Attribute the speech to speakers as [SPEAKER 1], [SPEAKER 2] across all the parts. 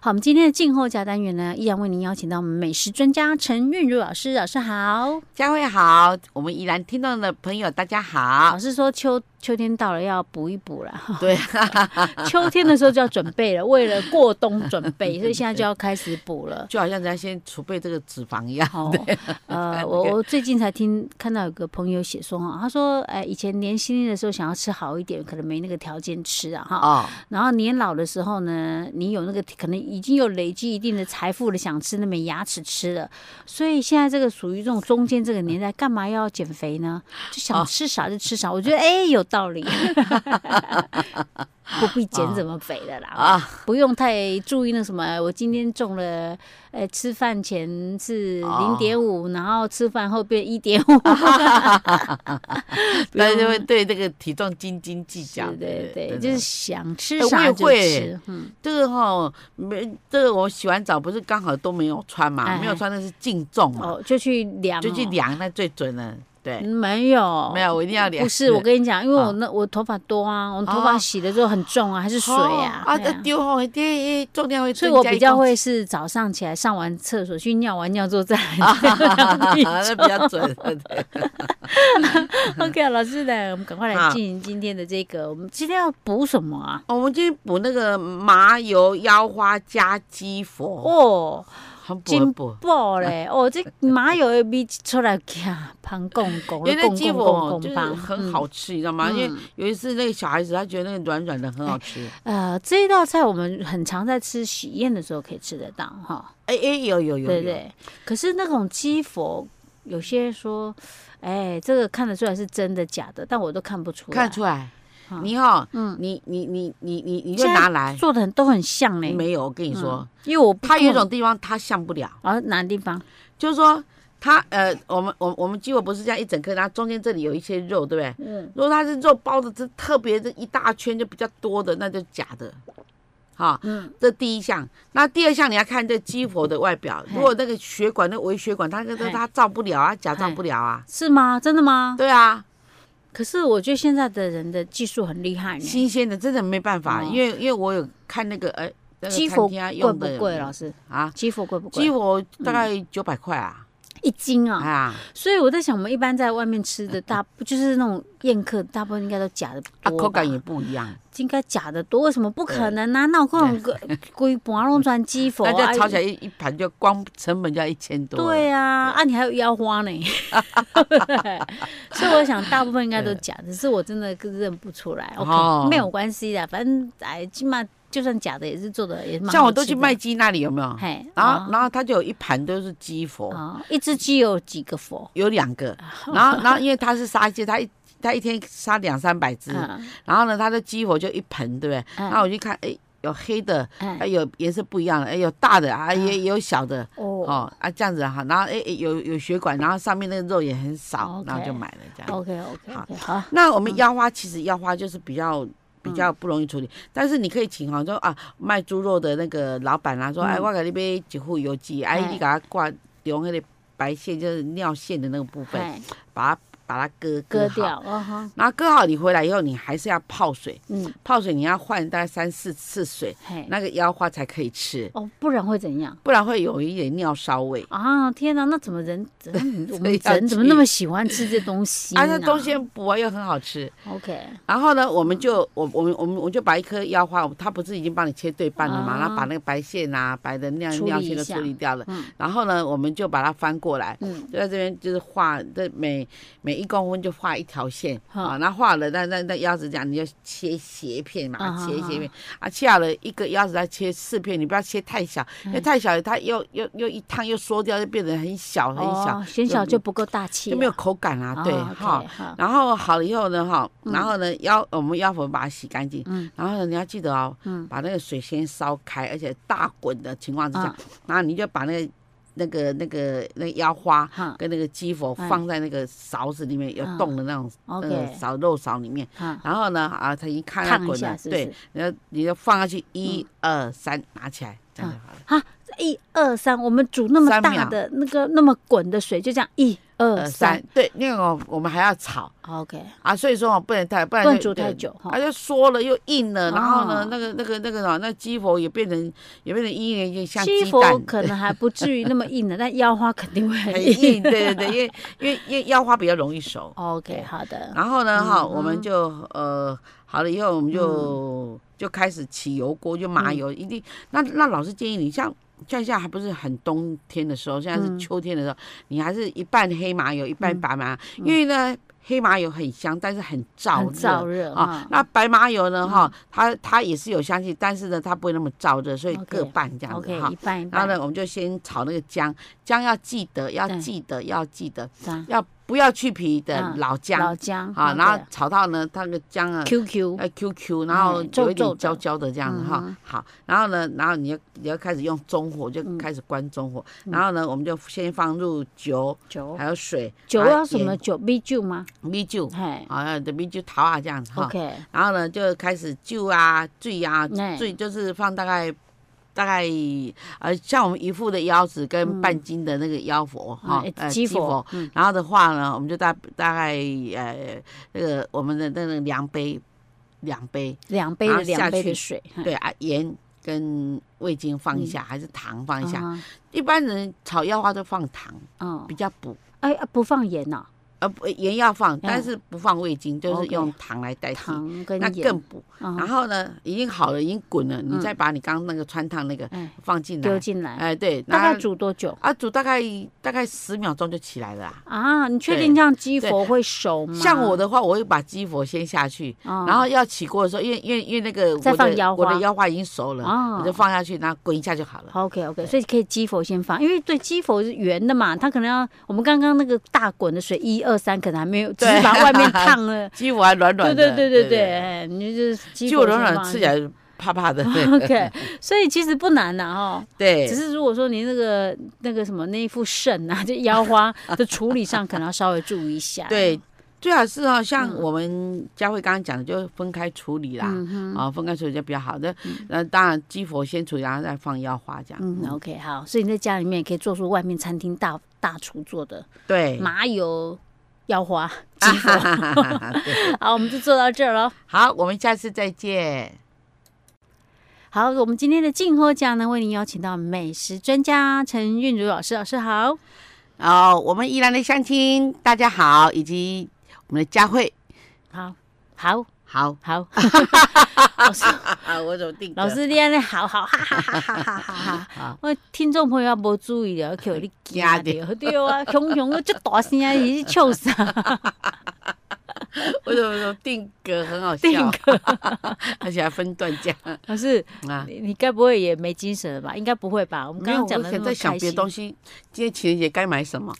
[SPEAKER 1] 好，我们今天的静候家单元呢，依然为您邀请到我们美食专家陈韵如老师，老师好。
[SPEAKER 2] 佳慧好，我们宜兰听众的朋友大家好
[SPEAKER 1] 老。师说秋秋天到了要补一补啦，
[SPEAKER 2] 对， 啊
[SPEAKER 1] 秋天的时候就要准备了，为了过冬准备，所以现在就要开始补 了。
[SPEAKER 2] 就好像咱先储备这个脂肪一样。
[SPEAKER 1] 好，呃，我我最近才听看到有个朋友写说哈，他说，哎、以前年轻的时候想要吃好一点，可能没那个条件吃啊哈。
[SPEAKER 2] 哦，
[SPEAKER 1] 然后年老的时候呢，你有那个可能已经有累积一定的财富了，想吃那没牙齿吃了，所以现在这个属于这种中间这个年代，干嘛要减肥呢？
[SPEAKER 2] 哦
[SPEAKER 1] 就想吃啥就吃啥，我觉得哎有道理， 不必减怎么肥的啦，
[SPEAKER 2] 啊
[SPEAKER 1] 不用太注意那什么，我今天重了，呃，吃饭前是零
[SPEAKER 2] 哦啊
[SPEAKER 1] 点五，然后吃饭后变一点五，
[SPEAKER 2] 大家就会对这个体重斤斤计较。
[SPEAKER 1] 对
[SPEAKER 2] 对
[SPEAKER 1] 对，
[SPEAKER 2] 真的
[SPEAKER 1] 就是想吃
[SPEAKER 2] 哎我
[SPEAKER 1] 啥
[SPEAKER 2] 也
[SPEAKER 1] 就
[SPEAKER 2] 会
[SPEAKER 1] 吃，嗯，
[SPEAKER 2] 这个哈，没这个我洗完澡不是刚好都没有穿嘛，
[SPEAKER 1] 哎
[SPEAKER 2] 没有穿那是净重嘛，
[SPEAKER 1] 哦，就去量、哦，嗯
[SPEAKER 2] 就去量那最准了。对，
[SPEAKER 1] 没有，
[SPEAKER 2] 没哦有我一定要量。
[SPEAKER 1] 不是，我跟你讲，因为我
[SPEAKER 2] 哦
[SPEAKER 1] 那我头发多啊，我头发
[SPEAKER 2] 哦
[SPEAKER 1] 洗了之后很重啊，还是水啊，
[SPEAKER 2] 哦啊，
[SPEAKER 1] 对
[SPEAKER 2] 这
[SPEAKER 1] 啊
[SPEAKER 2] 丢哦，这重量会
[SPEAKER 1] 所以
[SPEAKER 2] 增
[SPEAKER 1] 我
[SPEAKER 2] 加
[SPEAKER 1] 比
[SPEAKER 2] 一
[SPEAKER 1] 较
[SPEAKER 2] 公
[SPEAKER 1] 会
[SPEAKER 2] 斤，
[SPEAKER 1] 是早上起来上完厕所去尿完尿之后再来
[SPEAKER 2] 那比较准。对
[SPEAKER 1] OK，老师呢，我们赶快来
[SPEAKER 2] 好
[SPEAKER 1] 进行今天的这个，我们今天要补什么啊？
[SPEAKER 2] 我们今天补那个麻油腰花加鸡佛，
[SPEAKER 1] 哦，
[SPEAKER 2] 很补很
[SPEAKER 1] 金
[SPEAKER 2] 补。
[SPEAKER 1] 爆嘞！哦，这麻油的味出来呀，胖公公，
[SPEAKER 2] 因为那
[SPEAKER 1] 公
[SPEAKER 2] 鸡
[SPEAKER 1] 公
[SPEAKER 2] 佛
[SPEAKER 1] 公
[SPEAKER 2] 哦
[SPEAKER 1] 公
[SPEAKER 2] 就是
[SPEAKER 1] 棒
[SPEAKER 2] 很。好
[SPEAKER 1] 嗯
[SPEAKER 2] 吃，你知道吗？因为
[SPEAKER 1] 嗯
[SPEAKER 2] 有一次那个小孩子他觉得那个软软的很好吃，
[SPEAKER 1] 呃，这一道菜我们很常在吃喜宴的时候可以吃得到哈。
[SPEAKER 2] 哎哎有有有，
[SPEAKER 1] 对
[SPEAKER 2] 有，
[SPEAKER 1] 对。可是那种鸡佛，有些说，哎，这个看得出来是真的假的，但我都看不出来。
[SPEAKER 2] 看得出来
[SPEAKER 1] 啊，
[SPEAKER 2] 你哈，
[SPEAKER 1] 嗯
[SPEAKER 2] 你你你你你你就
[SPEAKER 1] 现在
[SPEAKER 2] 拿来，
[SPEAKER 1] 做的很都很像嘞、
[SPEAKER 2] 没嗯有，我跟你说，
[SPEAKER 1] 因为我不
[SPEAKER 2] 它有一
[SPEAKER 1] 懂
[SPEAKER 2] 种地方它像不了，
[SPEAKER 1] 啊哪地方
[SPEAKER 2] 就是说它呃，我们我我们鸡肉不是这样一整颗，然后中间这里有一些肉，对不对？
[SPEAKER 1] 嗯
[SPEAKER 2] 如果它是肉包的，这特别这一大圈就比较多的，那就假的。好，
[SPEAKER 1] 嗯
[SPEAKER 2] 这第一项。那第二项你要看这鸡佛的外表，
[SPEAKER 1] 嘿
[SPEAKER 2] 如果那个血管、那微血管，它那个
[SPEAKER 1] 嘿
[SPEAKER 2] 它造不了啊，假造不了啊。
[SPEAKER 1] 是吗？真的吗？
[SPEAKER 2] 对啊，
[SPEAKER 1] 可是我觉得现在的人的技术很厉害呢。
[SPEAKER 2] 新鲜的真的没办法，
[SPEAKER 1] 哦
[SPEAKER 2] 因为因为我有看那个呃，那个
[SPEAKER 1] 鸡佛
[SPEAKER 2] 餐厅啊
[SPEAKER 1] 贵
[SPEAKER 2] 用
[SPEAKER 1] 不
[SPEAKER 2] 的
[SPEAKER 1] 贵？老嗯师，
[SPEAKER 2] 啊，
[SPEAKER 1] 鸡佛贵不
[SPEAKER 2] 鸡
[SPEAKER 1] 贵？
[SPEAKER 2] 佛大概九百块啊，
[SPEAKER 1] 一斤啊！
[SPEAKER 2] 啊
[SPEAKER 1] 所以我在想，我们一般在外面吃的大，就是那种宴客，大部分应该都假的
[SPEAKER 2] 啊，
[SPEAKER 1] 多吧，
[SPEAKER 2] 口感也不一样，
[SPEAKER 1] 应该假的多，为什么不可能呢、啊？那我各种个规盘弄转鸡佛
[SPEAKER 2] 那
[SPEAKER 1] 啊，
[SPEAKER 2] 就炒起来一一盘就光成本就要一千多。
[SPEAKER 1] 对啊，啊，你还有腰花呢， 所以我想大部分应该都假的，只是我真的认不出来。OK，、
[SPEAKER 2] 哦
[SPEAKER 1] 没有关系的，反正哎，起码就算假的也是做的也蛮好吃的。
[SPEAKER 2] 像我都去卖，鸡那里有没有？
[SPEAKER 1] 嘿，
[SPEAKER 2] 然后
[SPEAKER 1] 啊
[SPEAKER 2] 然后它就有一盘都是鸡佛，
[SPEAKER 1] 啊，一只鸡有几个佛？
[SPEAKER 2] 有两个，然后然后因为它是杀鸡，它一它一天杀两三百只，
[SPEAKER 1] 嗯
[SPEAKER 2] 然后呢，它的鸡佛就一盆，对不对？
[SPEAKER 1] 嗯
[SPEAKER 2] 然后我就看，哎，有黑的，哎，
[SPEAKER 1] 哎
[SPEAKER 2] 有颜色不一样的，哎，有大的啊，也也有小的。
[SPEAKER 1] 嗯哦
[SPEAKER 2] 哦啊，这样子哈、然后哎、哎有有血管，然后上面那个肉也很少，
[SPEAKER 1] 哦 OK 哦
[SPEAKER 2] 然后就买了这样。
[SPEAKER 1] ，OK OK OK，好，
[SPEAKER 2] 那我们腰花其实腰花就是比较
[SPEAKER 1] 嗯
[SPEAKER 2] 比较不容易处理，但是你可以请好像啊卖猪肉的那个老板啊说，
[SPEAKER 1] 嗯
[SPEAKER 2] 哎，我给你买几户油鸡，哎，
[SPEAKER 1] 哎
[SPEAKER 2] 你给它挂用那个白线，就是尿线的那个部分，
[SPEAKER 1] 哎，
[SPEAKER 2] 把它把它割
[SPEAKER 1] 割
[SPEAKER 2] 好。
[SPEAKER 1] 掉，哦哈，
[SPEAKER 2] 然后割好，你回来以后，你还是要泡水，
[SPEAKER 1] 嗯，
[SPEAKER 2] 泡水你要换大概三四次水，
[SPEAKER 1] 嘿，
[SPEAKER 2] 那个腰花才可以吃，
[SPEAKER 1] 哦，不然会怎样？
[SPEAKER 2] 不然会有一点尿骚味。
[SPEAKER 1] 啊天哪，那怎么人怎 么我
[SPEAKER 2] 所
[SPEAKER 1] 们
[SPEAKER 2] 以要
[SPEAKER 1] 人怎么
[SPEAKER 2] 去
[SPEAKER 1] 那么喜欢吃这东西呢？
[SPEAKER 2] 啊，那东西很补啊，又很好吃。
[SPEAKER 1] OK，
[SPEAKER 2] 然后呢，我们就我我们我们我就把一颗腰花，它不是已经帮你切对半了嘛，
[SPEAKER 1] 啊
[SPEAKER 2] 然后把那个白线啊、白的尿
[SPEAKER 1] 处理一
[SPEAKER 2] 尿线都
[SPEAKER 1] 下
[SPEAKER 2] 处理掉了。
[SPEAKER 1] 嗯
[SPEAKER 2] 然后呢，我们就把它翻过来，
[SPEAKER 1] 嗯，
[SPEAKER 2] 就在这边就是画，这每每一公分就画一条线
[SPEAKER 1] 好
[SPEAKER 2] 啊。那画了，那那那腰子这样，你就切斜片嘛，
[SPEAKER 1] 啊
[SPEAKER 2] 切
[SPEAKER 1] 好
[SPEAKER 2] 斜片啊，切好了一个腰子再切四片，你不要切太小，因为
[SPEAKER 1] 嗯
[SPEAKER 2] 太小它又又又一烫又缩掉，就变得很小很小，
[SPEAKER 1] 哦，显小就不够大气，
[SPEAKER 2] 就没有口感啊，对哈。
[SPEAKER 1] 哈，
[SPEAKER 2] 然后好了以后呢，哈，然后呢，腰我们腰粉把它洗干净，
[SPEAKER 1] 嗯
[SPEAKER 2] 然后呢，你要记得哦，
[SPEAKER 1] 嗯
[SPEAKER 2] 把那个水先烧开，而且大滚的情况之下，
[SPEAKER 1] 啊
[SPEAKER 2] 然后你就把那个那个那个那个腰花
[SPEAKER 1] 哈
[SPEAKER 2] 跟那个鸡佛
[SPEAKER 1] 哎
[SPEAKER 2] 放在那个勺子里面，有
[SPEAKER 1] 嗯
[SPEAKER 2] 洞的那种那个
[SPEAKER 1] ，OK，
[SPEAKER 2] 勺肉勺里面，
[SPEAKER 1] 哈，
[SPEAKER 2] 然后呢，啊，它已经呃看它
[SPEAKER 1] 烫一
[SPEAKER 2] 滚
[SPEAKER 1] 下
[SPEAKER 2] 了，
[SPEAKER 1] 是不
[SPEAKER 2] 对
[SPEAKER 1] 是，？嗯
[SPEAKER 2] 然后你就放下去，一二三，拿起来，这样就好了。
[SPEAKER 1] 一二三，我们煮那么
[SPEAKER 2] 三
[SPEAKER 1] 大
[SPEAKER 2] 秒
[SPEAKER 1] 的那个那么滚的水，就这样一嗯二
[SPEAKER 2] 呃三
[SPEAKER 1] 三，
[SPEAKER 2] 对，那个我们还要炒
[SPEAKER 1] ，OK，
[SPEAKER 2] 啊，所以说我不能太，不然
[SPEAKER 1] 不能煮
[SPEAKER 2] 就
[SPEAKER 1] 太
[SPEAKER 2] 对
[SPEAKER 1] 久哈
[SPEAKER 2] 它就缩了又硬了，然后
[SPEAKER 1] 哦
[SPEAKER 2] 呢，那个那个那个呢，那鸡佛也变成也变成一年就像
[SPEAKER 1] 西
[SPEAKER 2] 鸡
[SPEAKER 1] 佛
[SPEAKER 2] 蛋。
[SPEAKER 1] 可能还不至于那么 硬的，但腰花肯定会
[SPEAKER 2] 很
[SPEAKER 1] 很
[SPEAKER 2] 硬，对对对，因为因为因为腰花比较容易熟。
[SPEAKER 1] OK，好的，
[SPEAKER 2] 然后呢，哈、
[SPEAKER 1] 嗯嗯
[SPEAKER 2] 我们就呃好了以后，我们就、就开始起油锅，就麻油，一定。那那老师建议你，像像现在还不是很冬天的时候，现在是
[SPEAKER 1] 嗯
[SPEAKER 2] 秋天的时候，你还是一半黑麻油，一半白麻油，因为呢。黑麻油很香，但是很燥
[SPEAKER 1] 嗯很燥
[SPEAKER 2] 热
[SPEAKER 1] 热嗯
[SPEAKER 2] 啊
[SPEAKER 1] 啊。。
[SPEAKER 2] 那白麻油呢？哈、它它也是有香气，但是呢，它不会那么燥热，所以
[SPEAKER 1] OK，
[SPEAKER 2] 各半这样子
[SPEAKER 1] OK，
[SPEAKER 2] 哈
[SPEAKER 1] 一。半一
[SPEAKER 2] 然后
[SPEAKER 1] 半，
[SPEAKER 2] 呢，我们就先炒那个姜，姜要记得，要
[SPEAKER 1] 对
[SPEAKER 2] 记得，要记得，
[SPEAKER 1] 三
[SPEAKER 2] 要不要去皮的
[SPEAKER 1] 嗯
[SPEAKER 2] 老
[SPEAKER 1] 老
[SPEAKER 2] 姜
[SPEAKER 1] 姜
[SPEAKER 2] 啊？然后炒到呢，它那个姜啊
[SPEAKER 1] QQ
[SPEAKER 2] 要 QQ，然后
[SPEAKER 1] 嗯皱
[SPEAKER 2] 有一
[SPEAKER 1] 皱的嗯
[SPEAKER 2] 点焦焦的这样子哈。好，然后呢，然后你要你要开始用中火，就开始关中火。
[SPEAKER 1] 嗯
[SPEAKER 2] 然后呢，我们就先放入酒，
[SPEAKER 1] 酒
[SPEAKER 2] 还有水，
[SPEAKER 1] 酒
[SPEAKER 2] 还有
[SPEAKER 1] 要什么
[SPEAKER 2] 盐
[SPEAKER 1] 酒？米酒吗？
[SPEAKER 2] 米酒，
[SPEAKER 1] 嘿
[SPEAKER 2] 啊，的米酒桃啊这样子哈。
[SPEAKER 1] ，OK，
[SPEAKER 2] 然后呢，就开始酒啊、醉啊、
[SPEAKER 1] 哎
[SPEAKER 2] 醉就是放大概大概呃，像我们一副的腰子跟半斤的那个腰佛哈
[SPEAKER 1] 嗯，
[SPEAKER 2] 呃
[SPEAKER 1] 鸡佛
[SPEAKER 2] 然后的话呢，我们就大大概呃那个我们的那个量杯两杯，
[SPEAKER 1] 两杯
[SPEAKER 2] 然
[SPEAKER 1] 的
[SPEAKER 2] 后
[SPEAKER 1] 两
[SPEAKER 2] 下
[SPEAKER 1] 杯的
[SPEAKER 2] 去
[SPEAKER 1] 水，嘿
[SPEAKER 2] 对啊，盐跟味精放一下，
[SPEAKER 1] 嗯
[SPEAKER 2] 还是糖放一下。
[SPEAKER 1] 啊
[SPEAKER 2] 一般人炒腰花都放糖，
[SPEAKER 1] 嗯
[SPEAKER 2] 比，较补。
[SPEAKER 1] 哎，啊不放盐呐，
[SPEAKER 2] 呃，不盐要放，但是不放味精，就是
[SPEAKER 1] 嗯 OK
[SPEAKER 2] 用糖来代替，
[SPEAKER 1] 糖跟
[SPEAKER 2] 那更
[SPEAKER 1] 盐，
[SPEAKER 2] 补。
[SPEAKER 1] 嗯
[SPEAKER 2] 然后呢，已经好了，已经滚了，你
[SPEAKER 1] 嗯
[SPEAKER 2] 再把你刚刚那个穿烫那个
[SPEAKER 1] 哎
[SPEAKER 2] 放进
[SPEAKER 1] 丢
[SPEAKER 2] 来，
[SPEAKER 1] 进来，
[SPEAKER 2] 哎，对，
[SPEAKER 1] 大
[SPEAKER 2] 然
[SPEAKER 1] 概
[SPEAKER 2] 后
[SPEAKER 1] 煮多久？
[SPEAKER 2] 啊煮大概大概十秒钟就起来了啊。
[SPEAKER 1] 啊，你确
[SPEAKER 2] 对
[SPEAKER 1] 定这样鸡
[SPEAKER 2] 对
[SPEAKER 1] 佛会熟吗？
[SPEAKER 2] 像我的话，我会把鸡佛先下去，
[SPEAKER 1] 哦，
[SPEAKER 2] 然后要起锅的时候，因为因为因为那个
[SPEAKER 1] 再
[SPEAKER 2] 我
[SPEAKER 1] 放腰
[SPEAKER 2] 的我
[SPEAKER 1] 花
[SPEAKER 2] 的腰花已经熟了，
[SPEAKER 1] 哦
[SPEAKER 2] 我就放下去，然后滚一下就好了。
[SPEAKER 1] OK OK，所以可以鸡佛先放，因为对鸡佛是圆的嘛，它可能 要我们刚刚那个大滚的水一二三可能还没有，只
[SPEAKER 2] 对。
[SPEAKER 1] 是把外面烫了
[SPEAKER 2] 鸡佛还 软
[SPEAKER 1] 对
[SPEAKER 2] 软
[SPEAKER 1] 对
[SPEAKER 2] 的，
[SPEAKER 1] 对对对，，哎你就是鸡
[SPEAKER 2] 鸡佛
[SPEAKER 1] 佛
[SPEAKER 2] 软
[SPEAKER 1] 先
[SPEAKER 2] 软
[SPEAKER 1] 放
[SPEAKER 2] 吃起。来怕怕的，
[SPEAKER 1] OK，所以其实不难的哦，
[SPEAKER 2] 对
[SPEAKER 1] 只，是如果说你那个那个什么那一副肾啊， 就腰花的处理上，可能要稍微注意一下。
[SPEAKER 2] 对，最好是哦，像
[SPEAKER 1] 嗯
[SPEAKER 2] 我们佳慧刚刚讲的，就分开处理啦，啊，分开处理就比较好的。那当然，鸡佛先处理，然后再放腰花这样。
[SPEAKER 1] 嗯，OK，好，所以你在家里面也可以做出外面餐厅大大厨做的
[SPEAKER 2] 对，
[SPEAKER 1] 麻油腰花 鸡
[SPEAKER 2] 啊
[SPEAKER 1] 佛。
[SPEAKER 2] 哈哈哈哈对
[SPEAKER 1] 好，我们就做到这儿喽。
[SPEAKER 2] 好，我们下次再见。
[SPEAKER 1] 好，我们今天的静候奖呢，为您邀请到美食专家陈韵如老师，老师好。
[SPEAKER 2] 哦，我们宜兰的乡亲，大家好，以及我们的佳慧，
[SPEAKER 1] 好，好，
[SPEAKER 2] 好
[SPEAKER 1] 好，老师，
[SPEAKER 2] 啊， 我怎么定格
[SPEAKER 1] 老师，你安尼好好，哈哈哈哈哈哈哈！我听众朋友啊无注意 了，叫你惊
[SPEAKER 2] 吓
[SPEAKER 1] 着，对 啊，熊熊我这大声啊，你是笑啥？
[SPEAKER 2] 我怎么怎么定格很好笑，
[SPEAKER 1] 定格，
[SPEAKER 2] 而且还分段讲
[SPEAKER 1] 老 师，
[SPEAKER 2] 啊。
[SPEAKER 1] 你你该不会也没精神了吧？应该不会吧？我们
[SPEAKER 2] 没
[SPEAKER 1] 刚刚
[SPEAKER 2] 有，
[SPEAKER 1] 讲
[SPEAKER 2] 我
[SPEAKER 1] 的
[SPEAKER 2] 可
[SPEAKER 1] 那
[SPEAKER 2] 能
[SPEAKER 1] 么
[SPEAKER 2] 在想
[SPEAKER 1] 开
[SPEAKER 2] 别
[SPEAKER 1] 心
[SPEAKER 2] 的，东西。今天情人节该买什么？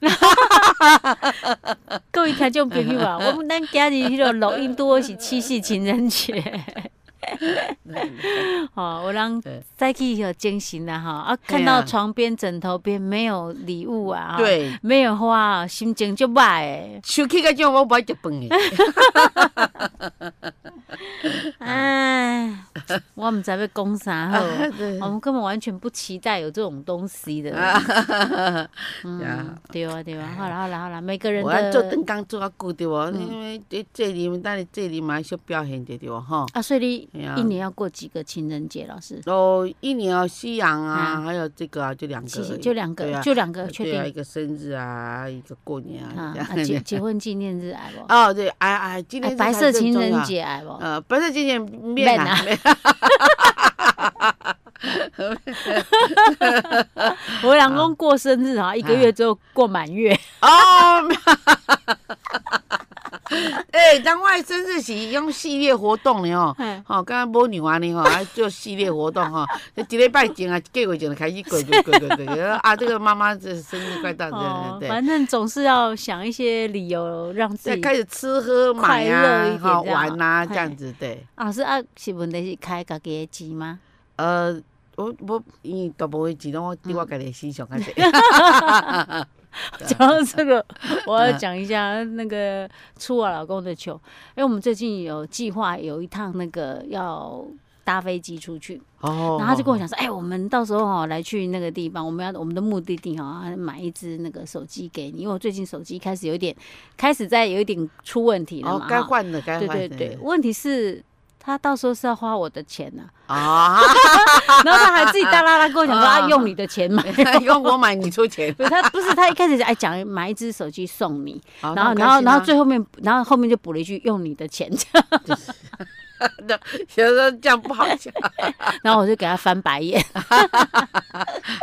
[SPEAKER 1] 各位听众朋友 啊，我们咱今日迄个录音多是七夕情人 节。哦，我让
[SPEAKER 2] 对
[SPEAKER 1] 再去有精神啦哈，啊，
[SPEAKER 2] 对啊
[SPEAKER 1] 看到床边枕头边没有礼物啊，哈，
[SPEAKER 2] 对，
[SPEAKER 1] 没有花啊，心情就歹诶。
[SPEAKER 2] 想起个种我不爱食饭的，啊
[SPEAKER 1] 哎，我唔知要讲啥 好，
[SPEAKER 2] 啊
[SPEAKER 1] 我们根本完全不期待有这种东西的。嗯
[SPEAKER 2] 啊，
[SPEAKER 1] 对啊，对啊，好啦好啦好啦，每个人
[SPEAKER 2] 我要做
[SPEAKER 1] 的嗯
[SPEAKER 2] 灯光做啊久对无？因为这这里，但是这里嘛小表现者对无吼？
[SPEAKER 1] 啊，所以你
[SPEAKER 2] 哎呀
[SPEAKER 1] 一年要过几个情人节，老师？
[SPEAKER 2] 哦，一年哦，西洋啊，
[SPEAKER 1] 啊
[SPEAKER 2] 还有这个啊，就两个
[SPEAKER 1] 其
[SPEAKER 2] 而
[SPEAKER 1] 实
[SPEAKER 2] 已，
[SPEAKER 1] 就两
[SPEAKER 2] 对
[SPEAKER 1] 个，
[SPEAKER 2] 啊
[SPEAKER 1] 就两个，确
[SPEAKER 2] 对啊，一
[SPEAKER 1] 定
[SPEAKER 2] 个生日啊，一个过年
[SPEAKER 1] 啊
[SPEAKER 2] 啊，这样
[SPEAKER 1] 啊， 结结婚纪念日哎不？
[SPEAKER 2] 哦，对，哎哎，今
[SPEAKER 1] 哎
[SPEAKER 2] 天，
[SPEAKER 1] 白色情人
[SPEAKER 2] 这才是最重要，
[SPEAKER 1] 节哎不？
[SPEAKER 2] 呃，白色情人节面啊，
[SPEAKER 1] 我老公过生日啊，一个月之后过满 月，
[SPEAKER 2] 哦，哎，当外生日是用系列活动的哦。吼，刚刚母牛安尼吼，还做系列活动吼，一礼拜前啊，一个月前就开始滚滚滚滚滚，啊，这个妈妈这生日快到，
[SPEAKER 1] 哦
[SPEAKER 2] 对对对，
[SPEAKER 1] 反正总是要想一些理由让自
[SPEAKER 2] 再
[SPEAKER 1] 己。
[SPEAKER 2] 开始吃喝买
[SPEAKER 1] 快乐一
[SPEAKER 2] 啊，
[SPEAKER 1] 点
[SPEAKER 2] 好
[SPEAKER 1] 这样
[SPEAKER 2] 玩啊，
[SPEAKER 1] 嘿
[SPEAKER 2] 这样子对。
[SPEAKER 1] 老师啊，是问题是开家己的钱吗？
[SPEAKER 2] 呃，我我因为大部分钱拢我伫我家己的身上较济，
[SPEAKER 1] 讲到这 个，我要讲一下那个哎出我老公的球，因为我们最近有计划有一趟那个要搭飞机出去，
[SPEAKER 2] 哦，
[SPEAKER 1] 然后他就跟我讲说，哎、我们到时候哈、来去那个地方，我们要我们的目的地哈、买一只那个手机给你，因为我最近手机开始有点开始在有一点出问题了
[SPEAKER 2] 哦
[SPEAKER 1] 嘛，，
[SPEAKER 2] 该
[SPEAKER 1] 哈
[SPEAKER 2] 换的，该
[SPEAKER 1] 对
[SPEAKER 2] 换的，
[SPEAKER 1] 对对，问题是。他到时候是要花我的钱 呢、
[SPEAKER 2] 啊，
[SPEAKER 1] 然后他还自己大拉拉跟我讲说：“ 啊，用你的钱买。
[SPEAKER 2] 用我买你出钱”，
[SPEAKER 1] 不是他不是他一开始哎讲买一只手机送你，
[SPEAKER 2] 好
[SPEAKER 1] 然后
[SPEAKER 2] 那很
[SPEAKER 1] 然后然
[SPEAKER 2] 开心啊
[SPEAKER 1] 后最后面然后后面就补了一句“用你的钱”，
[SPEAKER 2] 那 有时候这样不好讲，
[SPEAKER 1] 然后我就给他翻白眼。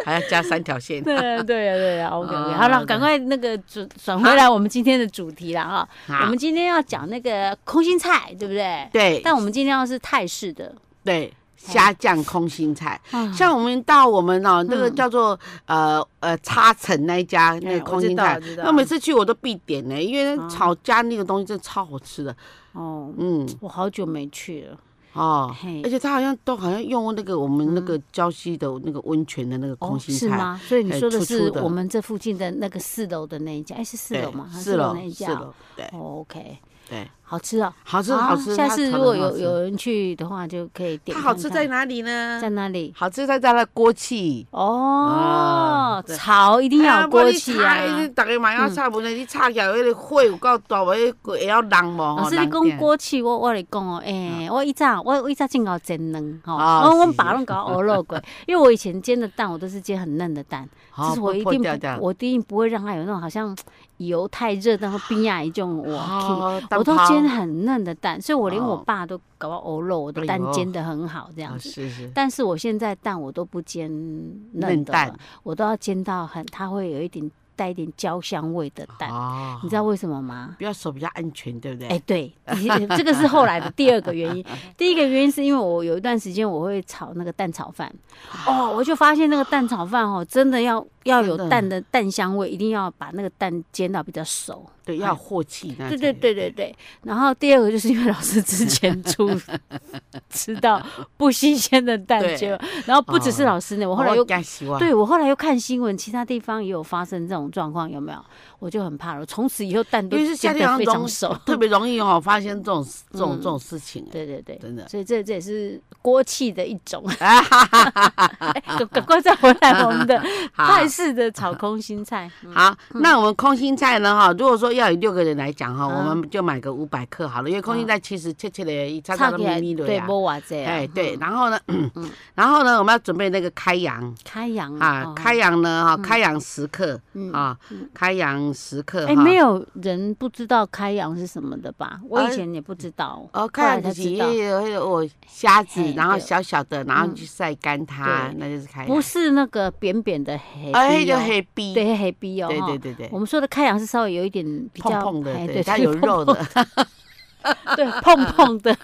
[SPEAKER 2] 还要加三条 线。
[SPEAKER 1] 对啊对呀、 对呀、o k
[SPEAKER 2] 啊
[SPEAKER 1] 嗯好了，
[SPEAKER 2] 对
[SPEAKER 1] 赶快那个转转回来我们今天的主题了啊。我
[SPEAKER 2] 好
[SPEAKER 1] 们，今天要讲那个空心菜，对不对？
[SPEAKER 2] 对
[SPEAKER 1] 但我们今天要是泰式的，
[SPEAKER 2] 对，虾酱空心菜，
[SPEAKER 1] 啊
[SPEAKER 2] 像我们到我们哦，那个
[SPEAKER 1] 嗯哎
[SPEAKER 2] 叫做呃呃叉城那一家那个空心
[SPEAKER 1] 我
[SPEAKER 2] 菜
[SPEAKER 1] 知道我知，道
[SPEAKER 2] 那每次去我都必点呢，因为
[SPEAKER 1] 啊
[SPEAKER 2] 炒加那个东西真的超好吃的，
[SPEAKER 1] 哦，
[SPEAKER 2] 嗯
[SPEAKER 1] 我好久没去了。
[SPEAKER 2] 哦
[SPEAKER 1] 嘿，嗯
[SPEAKER 2] 而且它好像都好像用那个我们那个礁溪的那个温泉的那个空
[SPEAKER 1] 哦，
[SPEAKER 2] 心
[SPEAKER 1] 是
[SPEAKER 2] 菜，
[SPEAKER 1] 吗？所以你
[SPEAKER 2] 哎
[SPEAKER 1] 说的
[SPEAKER 2] 出
[SPEAKER 1] 是
[SPEAKER 2] 出的
[SPEAKER 1] 我们这附近的那个四楼的那一家，哎，是四
[SPEAKER 2] 对
[SPEAKER 1] 楼吗？还是
[SPEAKER 2] 四楼
[SPEAKER 1] 那一
[SPEAKER 2] 四
[SPEAKER 1] 家。
[SPEAKER 2] 楼，对
[SPEAKER 1] 哦，OK，
[SPEAKER 2] 对，
[SPEAKER 1] 好吃哦，
[SPEAKER 2] 好吃
[SPEAKER 1] 啊
[SPEAKER 2] 好吃，
[SPEAKER 1] 下
[SPEAKER 2] 它
[SPEAKER 1] 次
[SPEAKER 2] 炒
[SPEAKER 1] 如
[SPEAKER 2] 得
[SPEAKER 1] 果
[SPEAKER 2] 很好
[SPEAKER 1] 有
[SPEAKER 2] 吃
[SPEAKER 1] 有人去的话，就可以点
[SPEAKER 2] 它
[SPEAKER 1] 看看。
[SPEAKER 2] 好吃在哪里呢
[SPEAKER 1] 在？哪里？
[SPEAKER 2] 好吃在它的锅气。
[SPEAKER 1] 哦
[SPEAKER 2] 啊，对
[SPEAKER 1] 炒一定要有锅气啊！
[SPEAKER 2] 哎呀无你炒那个逐个嘛要炒，无呢你炒起来迄个火有够大，无迄会晓人无
[SPEAKER 1] 老
[SPEAKER 2] 吼。
[SPEAKER 1] 师，你讲锅气，我我来讲哦，诶、我以前我我以前真搞煎蛋吼，
[SPEAKER 2] 啊
[SPEAKER 1] 我我
[SPEAKER 2] 是
[SPEAKER 1] 爸拢搞鹅肉 过，因为我以前煎的蛋，我都是煎很嫩的蛋，
[SPEAKER 2] 好
[SPEAKER 1] 就是我一
[SPEAKER 2] 哦破
[SPEAKER 1] 定
[SPEAKER 2] 掉
[SPEAKER 1] 不
[SPEAKER 2] 掉
[SPEAKER 1] 我一定不会让它有那种好像油太热，然后冰啊一种我。
[SPEAKER 2] 哦
[SPEAKER 1] 我都
[SPEAKER 2] 蛋泡
[SPEAKER 1] 煎很嫩的蛋，所以我连我
[SPEAKER 2] 哦
[SPEAKER 1] 爸都搞到鹅肉，我的
[SPEAKER 2] 哎
[SPEAKER 1] 蛋
[SPEAKER 2] 呦
[SPEAKER 1] 煎得很好这样
[SPEAKER 2] 啊
[SPEAKER 1] 子。
[SPEAKER 2] 是是
[SPEAKER 1] 但是我现在蛋我都不煎嫩
[SPEAKER 2] 嫩
[SPEAKER 1] 的了
[SPEAKER 2] 蛋，
[SPEAKER 1] 我都要煎到很，它会有一点带一点焦香味的蛋。
[SPEAKER 2] 哦
[SPEAKER 1] 你知道为什么吗？
[SPEAKER 2] 比较手比较安全，对不对？
[SPEAKER 1] 哎、对，这个是后来的第二个原 因。第一个原因是因为我有一段时间我会炒那个蛋炒饭，哦，我就发现那个蛋炒饭哦，真的要要有
[SPEAKER 2] 真的
[SPEAKER 1] 蛋的蛋香味，一定要把那个蛋煎到比较熟。
[SPEAKER 2] 对，要有火气那才。
[SPEAKER 1] 对对对对对。然后第二个就是因为老师之前 出吃到不新鲜的蛋
[SPEAKER 2] 对
[SPEAKER 1] 就，然后不只是
[SPEAKER 2] 哦
[SPEAKER 1] 老师呢，我
[SPEAKER 2] 我
[SPEAKER 1] 后来又。
[SPEAKER 2] 加希望。
[SPEAKER 1] 对，我后来又看新闻，其他地方也有发生这种状况，有没有？我就很怕了，从此以后蛋都
[SPEAKER 2] 因为是夏
[SPEAKER 1] 煎
[SPEAKER 2] 天
[SPEAKER 1] 得
[SPEAKER 2] 好
[SPEAKER 1] 非
[SPEAKER 2] 像
[SPEAKER 1] 常
[SPEAKER 2] 容
[SPEAKER 1] 熟。
[SPEAKER 2] 特别容易哦，发现这种这种
[SPEAKER 1] 嗯
[SPEAKER 2] 这种事情，哎
[SPEAKER 1] 对对对，
[SPEAKER 2] 真的
[SPEAKER 1] 所以这这也是锅气的一 种。哎赶赶快再回来我们的
[SPEAKER 2] 好啊
[SPEAKER 1] 泰式的炒空心菜。嗯
[SPEAKER 2] 好，那我们空心菜呢？哈，如果说要有六个人来讲哈，
[SPEAKER 1] 嗯
[SPEAKER 2] 我们就买个五百克好了，因为空心菜其实切切的，一叉叉
[SPEAKER 1] 炒
[SPEAKER 2] 的
[SPEAKER 1] 起
[SPEAKER 2] 咪
[SPEAKER 1] 来
[SPEAKER 2] 咪的
[SPEAKER 1] 对，
[SPEAKER 2] 呀。
[SPEAKER 1] 不瓦这啊
[SPEAKER 2] 哎，对，然后呢，
[SPEAKER 1] 嗯
[SPEAKER 2] 然后呢，我们要准备那个开洋
[SPEAKER 1] 开洋
[SPEAKER 2] 啊
[SPEAKER 1] 哦，
[SPEAKER 2] 开洋呢，哈，开洋十克
[SPEAKER 1] 嗯
[SPEAKER 2] 啊，开洋十克
[SPEAKER 1] 哎，没
[SPEAKER 2] 有，
[SPEAKER 1] 有人不知道开洋是什么的吧？我以
[SPEAKER 2] 哎
[SPEAKER 1] 前也不知道，
[SPEAKER 2] 哦，
[SPEAKER 1] 后来
[SPEAKER 2] 开洋
[SPEAKER 1] 才
[SPEAKER 2] 就是
[SPEAKER 1] 知
[SPEAKER 2] 也
[SPEAKER 1] 道，
[SPEAKER 2] 有也有我虾子
[SPEAKER 1] 嘿，
[SPEAKER 2] 然后
[SPEAKER 1] 对嗯
[SPEAKER 2] 小小的，然后去晒干它
[SPEAKER 1] 对，
[SPEAKER 2] 那就是开
[SPEAKER 1] 不
[SPEAKER 2] 洋。
[SPEAKER 1] 是那个扁扁的黑
[SPEAKER 2] 哎，就
[SPEAKER 1] 黑
[SPEAKER 2] 黑逼，对
[SPEAKER 1] 对黑逼哦，哈
[SPEAKER 2] 对对对
[SPEAKER 1] 我，们说的开洋是稍微有一点比
[SPEAKER 2] 碰
[SPEAKER 1] 较
[SPEAKER 2] 碰的，
[SPEAKER 1] 哎
[SPEAKER 2] 对，它有肉的，
[SPEAKER 1] 对碰碰的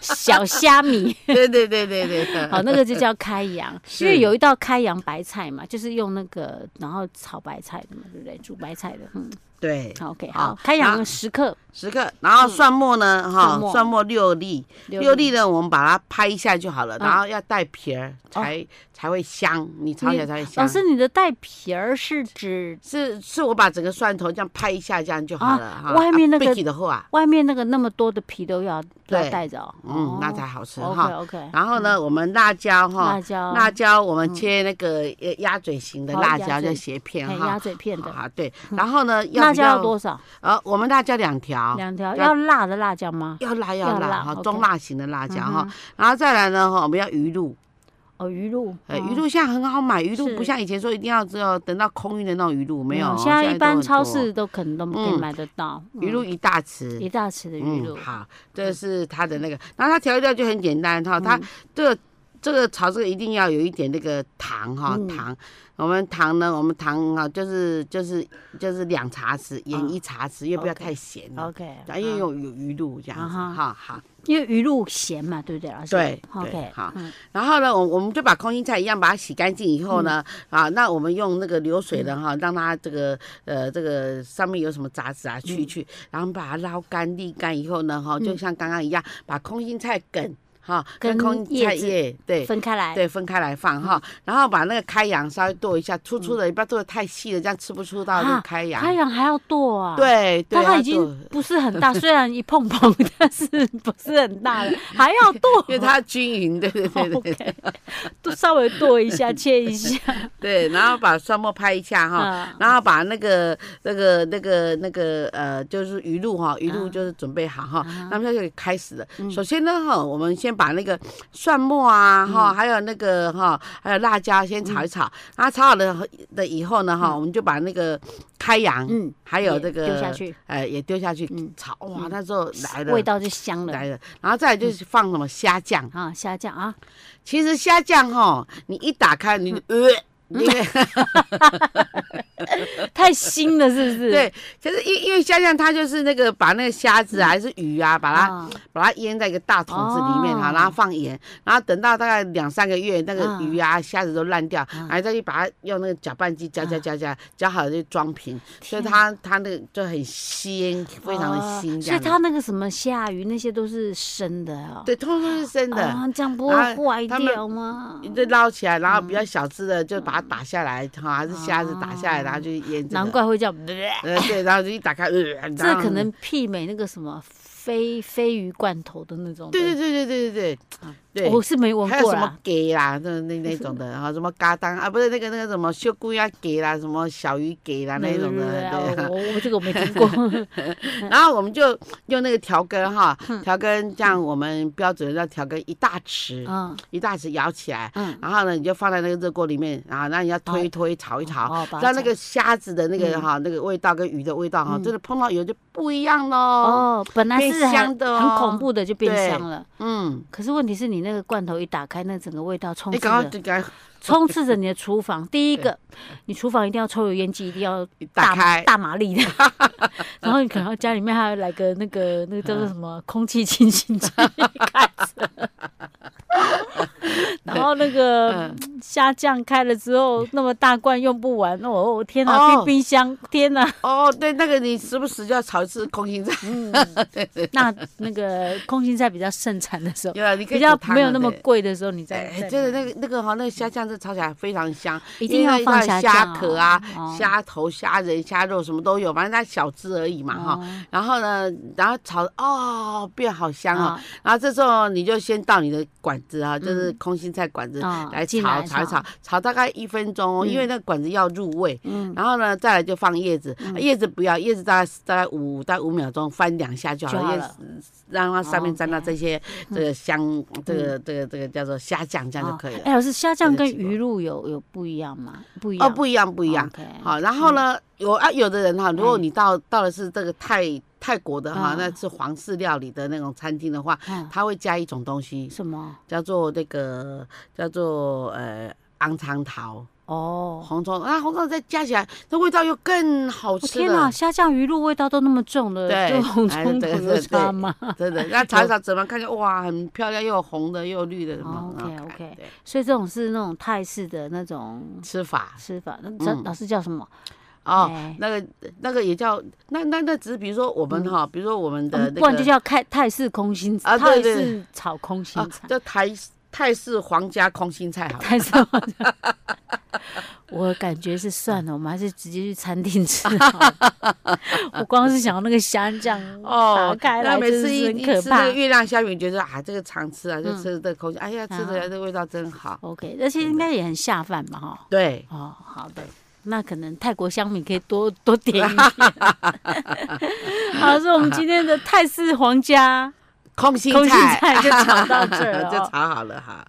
[SPEAKER 1] 小虾米。
[SPEAKER 2] 对对对对对。
[SPEAKER 1] 好，那个就叫开 洋，
[SPEAKER 2] 是
[SPEAKER 1] 因为有一道开洋白菜嘛，就是用那个然后炒白菜的嘛，对不对？煮白菜的，嗯，
[SPEAKER 2] 对，
[SPEAKER 1] 好，OK，
[SPEAKER 2] 好
[SPEAKER 1] 好，开洋
[SPEAKER 2] 那
[SPEAKER 1] 十克，
[SPEAKER 2] 十克，然后蒜末呢，哈
[SPEAKER 1] 嗯蒜，末
[SPEAKER 2] 蒜末六粒，六粒呢，我们把它拍一下就好了，
[SPEAKER 1] 嗯
[SPEAKER 2] 然后要带皮儿才才会香，你炒起来才会香
[SPEAKER 1] 老。师，你的带皮儿是指
[SPEAKER 2] 是是，我把整个蒜头这样拍一下，这样就好了
[SPEAKER 1] 啊
[SPEAKER 2] 哈。
[SPEAKER 1] 外面那个
[SPEAKER 2] 背起的话，
[SPEAKER 1] 外面那个那么多的皮都要都要
[SPEAKER 2] 对
[SPEAKER 1] 带着哦，
[SPEAKER 2] 嗯，那才好吃
[SPEAKER 1] OK
[SPEAKER 2] 哈。
[SPEAKER 1] OK，
[SPEAKER 2] 然后呢，我们辣椒
[SPEAKER 1] 辣
[SPEAKER 2] 哈，
[SPEAKER 1] 椒，嗯
[SPEAKER 2] 辣椒我们切那个呃鸭嘴型的
[SPEAKER 1] 好
[SPEAKER 2] 辣
[SPEAKER 1] 鸭
[SPEAKER 2] 椒
[SPEAKER 1] 嘴
[SPEAKER 2] 叫斜片
[SPEAKER 1] 嘿鸭
[SPEAKER 2] 哈。
[SPEAKER 1] 嘴片的，嗯
[SPEAKER 2] 啊，对。然后呢，
[SPEAKER 1] 辣
[SPEAKER 2] 比
[SPEAKER 1] 椒要
[SPEAKER 2] 较
[SPEAKER 1] 多少？
[SPEAKER 2] 呃，我们辣椒两条，
[SPEAKER 1] 两条，
[SPEAKER 2] 要
[SPEAKER 1] 要辣的辣椒吗？
[SPEAKER 2] 要辣
[SPEAKER 1] 要
[SPEAKER 2] 要
[SPEAKER 1] 辣
[SPEAKER 2] 辣哈，
[SPEAKER 1] ，OK
[SPEAKER 2] 中辣型的辣椒哈
[SPEAKER 1] 嗯。
[SPEAKER 2] 然后再来呢哈，我们要鱼露。
[SPEAKER 1] 哦，鱼露，
[SPEAKER 2] 呃，
[SPEAKER 1] 嗯
[SPEAKER 2] 鱼露现在很好买，鱼露
[SPEAKER 1] 是
[SPEAKER 2] 不像以前说一定要只有等到空运的那种鱼露，没有，
[SPEAKER 1] 嗯现在
[SPEAKER 2] 都
[SPEAKER 1] 一般
[SPEAKER 2] 很
[SPEAKER 1] 超
[SPEAKER 2] 多
[SPEAKER 1] 市都可能都可以
[SPEAKER 2] 嗯
[SPEAKER 1] 买得到
[SPEAKER 2] 鱼露
[SPEAKER 1] 嗯
[SPEAKER 2] 一大
[SPEAKER 1] 一
[SPEAKER 2] 匙。
[SPEAKER 1] 大匙的鱼
[SPEAKER 2] 嗯，
[SPEAKER 1] 露，
[SPEAKER 2] 好，这是它的那个，然后它调料就很简单哈，它
[SPEAKER 1] 嗯
[SPEAKER 2] 这个这个炒这个一定要有一点那个糖哈
[SPEAKER 1] 嗯，
[SPEAKER 2] 糖，我们糖呢，我们糖哈就是就是就是两茶匙，
[SPEAKER 1] 啊
[SPEAKER 2] 盐一茶匙，又不要
[SPEAKER 1] OK
[SPEAKER 2] 太咸了，
[SPEAKER 1] OK，
[SPEAKER 2] 啊因为
[SPEAKER 1] 好
[SPEAKER 2] 有有鱼露这样子
[SPEAKER 1] 啊哈
[SPEAKER 2] 哈，好，
[SPEAKER 1] 因为鱼露咸嘛，对不对，老师？
[SPEAKER 2] 对对
[SPEAKER 1] ，OK，
[SPEAKER 2] 好
[SPEAKER 1] 嗯
[SPEAKER 2] 然后呢，我我们就把空心菜一样把它洗干净以后呢，
[SPEAKER 1] 嗯
[SPEAKER 2] 啊，那我们用那个流水的哈，让它这个呃这个上面有什么杂质啊
[SPEAKER 1] 嗯
[SPEAKER 2] 去一去，然后把它捞干沥干以后呢，哈，就像刚刚一样，把空心菜梗。哈，跟
[SPEAKER 1] 跟
[SPEAKER 2] 空
[SPEAKER 1] 嗯叶
[SPEAKER 2] 菜
[SPEAKER 1] 子
[SPEAKER 2] 叶对。
[SPEAKER 1] 分开来，嗯
[SPEAKER 2] 对，分开来放哈，然后把那个开阳稍微剁一下，粗粗的，不要剁得太细了，这样吃不出到那个
[SPEAKER 1] 啊
[SPEAKER 2] 开阳。
[SPEAKER 1] 开阳还要剁啊？。
[SPEAKER 2] 对对，
[SPEAKER 1] 但它
[SPEAKER 2] 要
[SPEAKER 1] 已
[SPEAKER 2] 剁
[SPEAKER 1] 经不是很大，虽然一碰碰， 但是不是很大了，还要剁，
[SPEAKER 2] 因为它均匀， 对 对对对
[SPEAKER 1] OK，都稍微剁一 下，切一下
[SPEAKER 2] 对，然后把蒜末拍一下哈，
[SPEAKER 1] 啊。
[SPEAKER 2] 然后把那个那个那个那个呃，就是鱼露哈，鱼露
[SPEAKER 1] 啊
[SPEAKER 2] 就是准备好哈，
[SPEAKER 1] 啊
[SPEAKER 2] 那么现在就开始了。
[SPEAKER 1] 嗯
[SPEAKER 2] 首先呢哈，我们先把那个蒜末啊
[SPEAKER 1] 嗯
[SPEAKER 2] 哈，还有那个哈，还有辣椒先炒一炒，然后炒好了和的以后呢哈，我们就把那个开洋，
[SPEAKER 1] 嗯，
[SPEAKER 2] 还有
[SPEAKER 1] 也
[SPEAKER 2] 这个
[SPEAKER 1] 丢下去，
[SPEAKER 2] 呃，也丢下去
[SPEAKER 1] 嗯
[SPEAKER 2] 炒，哇，那时候来了
[SPEAKER 1] 味道就香了嗯
[SPEAKER 2] 来了，然后再来就是放什么虾酱。
[SPEAKER 1] 啊！虾酱啊，
[SPEAKER 2] 其实虾酱哈，你一打开你就呃。
[SPEAKER 1] 嗯
[SPEAKER 2] 因为
[SPEAKER 1] 太腥了，是不是？
[SPEAKER 2] 对，可是因因为虾酱它就是那个把那个虾子
[SPEAKER 1] 嗯
[SPEAKER 2] 啊还是鱼啊，把它
[SPEAKER 1] 啊，
[SPEAKER 2] 把它腌在一个大桶子里面哈，
[SPEAKER 1] 哦
[SPEAKER 2] 然后放盐，然后等到大概两三个月，那个
[SPEAKER 1] 啊
[SPEAKER 2] 鱼啊虾子都烂掉，
[SPEAKER 1] 嗯
[SPEAKER 2] 然后再去把它用那个搅拌机搅搅搅搅搅好了就装瓶，所以
[SPEAKER 1] 天哪
[SPEAKER 2] 它它那个就很鲜，非常的
[SPEAKER 1] 哦
[SPEAKER 2] 腥这
[SPEAKER 1] 所以
[SPEAKER 2] 样子。
[SPEAKER 1] 它那个什么虾鱼那些都是生的啊，
[SPEAKER 2] 对，通通是生的。
[SPEAKER 1] 啊，这样不
[SPEAKER 2] 然
[SPEAKER 1] 会
[SPEAKER 2] 后
[SPEAKER 1] 坏
[SPEAKER 2] 他们嗯
[SPEAKER 1] 掉吗？
[SPEAKER 2] 你就捞起来，然后比
[SPEAKER 1] 嗯
[SPEAKER 2] 较小只的就把它打下来哈，还是虾子打下来，然后就腌这
[SPEAKER 1] 哦
[SPEAKER 2] 个。
[SPEAKER 1] 难怪会叫，
[SPEAKER 2] 呃，对，然后就一打开，呃，
[SPEAKER 1] 这
[SPEAKER 2] 然后
[SPEAKER 1] 可能媲美那个什么飞飞鱼罐头的那种。
[SPEAKER 2] 对对对对对对对
[SPEAKER 1] 我
[SPEAKER 2] 对。
[SPEAKER 1] 是没闻
[SPEAKER 2] 还有
[SPEAKER 1] 过
[SPEAKER 2] 什么
[SPEAKER 1] 啦。
[SPEAKER 2] 给啦，那那那种的，然后什么嘎当啊，不是那个那个什么秀姑鸭给啦，什么小鱼给啦那种的，对啊。
[SPEAKER 1] 我我这个我没听过。
[SPEAKER 2] 然后我们就用那个调羹哈，
[SPEAKER 1] 嗯
[SPEAKER 2] 调羹这样我们标准要调羹一大匙，
[SPEAKER 1] 嗯
[SPEAKER 2] 一大匙舀起来，
[SPEAKER 1] 嗯，
[SPEAKER 2] 然后呢你就放在那个热锅里面，然后那你要推一推炒一炒，
[SPEAKER 1] 哦，把它
[SPEAKER 2] 让嗯那
[SPEAKER 1] 炒
[SPEAKER 2] 个虾子的那个哈那个味道跟鱼的味道哈，
[SPEAKER 1] 嗯
[SPEAKER 2] 真的碰到油就不一样喽。
[SPEAKER 1] 哦，本来
[SPEAKER 2] 变
[SPEAKER 1] 是
[SPEAKER 2] 香
[SPEAKER 1] 很
[SPEAKER 2] 的
[SPEAKER 1] 很
[SPEAKER 2] 哦
[SPEAKER 1] 恐怖的，就变
[SPEAKER 2] 对
[SPEAKER 1] 香了。
[SPEAKER 2] 嗯，
[SPEAKER 1] 可是问题是你那个罐头一打开，那整个味道充
[SPEAKER 2] 你
[SPEAKER 1] 斥
[SPEAKER 2] 哎赶快
[SPEAKER 1] 着
[SPEAKER 2] 就赶快
[SPEAKER 1] 充斥着你的厨房。第 一个，你厨房一定要抽油烟机，一定要
[SPEAKER 2] 打开，
[SPEAKER 1] 大马力的， 然后你可能要家里面还要来个那个那个叫做什么空气清新机开 着，然后那个
[SPEAKER 2] 嗯
[SPEAKER 1] 虾酱开了之后那么大罐用不完，那我我天哪，
[SPEAKER 2] 哦
[SPEAKER 1] 冰冰箱天哪，
[SPEAKER 2] 哦，对，那个你时不时就要炒一次空心菜，
[SPEAKER 1] 嗯 那那个空心菜比较盛产的时候，
[SPEAKER 2] 对吧？你可以
[SPEAKER 1] 比较
[SPEAKER 2] 煮汤
[SPEAKER 1] 没有
[SPEAKER 2] 了
[SPEAKER 1] 那么
[SPEAKER 2] 对
[SPEAKER 1] 贵的时候，你再
[SPEAKER 2] 哎，
[SPEAKER 1] 再
[SPEAKER 2] 真的
[SPEAKER 1] 买
[SPEAKER 2] 那个那个哈，那个虾酱是炒起来非常香，
[SPEAKER 1] 一
[SPEAKER 2] 因
[SPEAKER 1] 定
[SPEAKER 2] 为
[SPEAKER 1] 要
[SPEAKER 2] 它
[SPEAKER 1] 放
[SPEAKER 2] 有
[SPEAKER 1] 虾
[SPEAKER 2] 虾
[SPEAKER 1] 酱哦
[SPEAKER 2] 壳啊、
[SPEAKER 1] 哦
[SPEAKER 2] 虾头、虾仁、虾肉什么都有，反正它小只而已嘛哈。
[SPEAKER 1] 哦
[SPEAKER 2] 然后呢，然后炒哦，变好香哦。
[SPEAKER 1] 啊
[SPEAKER 2] 然后这时候你就先到你的管子啊，就是空心菜管子
[SPEAKER 1] 嗯哦
[SPEAKER 2] 来
[SPEAKER 1] 进
[SPEAKER 2] 炒
[SPEAKER 1] 来
[SPEAKER 2] 炒一
[SPEAKER 1] 炒嗯
[SPEAKER 2] 炒，炒大概一分钟哦，因为那个管子要入味。然后呢，再来就放叶子，
[SPEAKER 1] 嗯
[SPEAKER 2] 啊叶子不要，叶子大概大概五大概五秒钟翻两下就好
[SPEAKER 1] 就
[SPEAKER 2] 了，
[SPEAKER 1] 好
[SPEAKER 2] 叶
[SPEAKER 1] 了
[SPEAKER 2] 子让它上面沾到
[SPEAKER 1] 哦 OK 嗯
[SPEAKER 2] 这些这个香，这个这个这个叫做虾酱，这样就可以
[SPEAKER 1] 哦
[SPEAKER 2] 了。
[SPEAKER 1] 哎，老师，虾酱
[SPEAKER 2] 这个
[SPEAKER 1] 跟
[SPEAKER 2] 几个
[SPEAKER 1] 鱼露有有不一样吗？哎不一
[SPEAKER 2] 哦，
[SPEAKER 1] 样，
[SPEAKER 2] 不一样，不一样。
[SPEAKER 1] OK，
[SPEAKER 2] 好，然后呢，有啊，有的人哈，如果
[SPEAKER 1] 嗯
[SPEAKER 2] 你到到的是这个泰泰国的哈
[SPEAKER 1] 啊，
[SPEAKER 2] 那是皇室料理的那种餐厅的话，
[SPEAKER 1] 嗯，
[SPEAKER 2] 他会加一种东西，
[SPEAKER 1] 什么？
[SPEAKER 2] 叫做那个叫做呃昂长桃
[SPEAKER 1] 哦，
[SPEAKER 2] 红葱，那红葱再加起来，那味道又更好
[SPEAKER 1] 我哦
[SPEAKER 2] 吃
[SPEAKER 1] 天哪，
[SPEAKER 2] 了。
[SPEAKER 1] 虾酱鱼露味道都那么重的，
[SPEAKER 2] 对
[SPEAKER 1] 就红
[SPEAKER 2] 哎
[SPEAKER 1] 葱头
[SPEAKER 2] 对
[SPEAKER 1] 有
[SPEAKER 2] 对
[SPEAKER 1] 差吗？
[SPEAKER 2] 真的，那炒一炒，怎么看见哇，很漂亮，又有红的，又有绿的，什么
[SPEAKER 1] 哦
[SPEAKER 2] 很好看
[SPEAKER 1] OK，OK
[SPEAKER 2] 对
[SPEAKER 1] 所以这种是那种泰式的那种
[SPEAKER 2] 吃法
[SPEAKER 1] 吃法，那这
[SPEAKER 2] 嗯
[SPEAKER 1] 老师叫什么？
[SPEAKER 2] 哦
[SPEAKER 1] 哎，
[SPEAKER 2] 那个那个也叫那那那只是比如说我们哈，比如说我们
[SPEAKER 1] 我
[SPEAKER 2] 的
[SPEAKER 1] 们
[SPEAKER 2] 那
[SPEAKER 1] 嗯哦不然就
[SPEAKER 2] 个
[SPEAKER 1] 叫泰泰式空心
[SPEAKER 2] 啊
[SPEAKER 1] 菜，
[SPEAKER 2] 对
[SPEAKER 1] 泰
[SPEAKER 2] 对
[SPEAKER 1] 式炒空心
[SPEAKER 2] 啊
[SPEAKER 1] 菜，
[SPEAKER 2] 叫台泰式皇家空心菜好了。
[SPEAKER 1] 泰式。我感觉是算了，我们还是直接去餐厅吃好了我光是想要那个虾酱打
[SPEAKER 2] 哦，
[SPEAKER 1] 开
[SPEAKER 2] 那
[SPEAKER 1] 来，
[SPEAKER 2] 每
[SPEAKER 1] 真的
[SPEAKER 2] 次一
[SPEAKER 1] 是很
[SPEAKER 2] 一
[SPEAKER 1] 可
[SPEAKER 2] 吃那
[SPEAKER 1] 怕
[SPEAKER 2] 个。月亮虾饼，觉得啊，这个常吃啊，就
[SPEAKER 1] 嗯
[SPEAKER 2] 吃这个口感，哎呀，吃的
[SPEAKER 1] 啊
[SPEAKER 2] 这个味哎道真好。
[SPEAKER 1] OK，而且应该也很下饭吧？哈。
[SPEAKER 2] 对，
[SPEAKER 1] 哦，好的，那可能泰国香米可以多多点一 点。好，是我们今天的泰式皇家
[SPEAKER 2] 空心
[SPEAKER 1] 空心
[SPEAKER 2] 菜
[SPEAKER 1] 菜 就炒到这儿了、
[SPEAKER 2] 就
[SPEAKER 1] 哦
[SPEAKER 2] 炒。好了哈。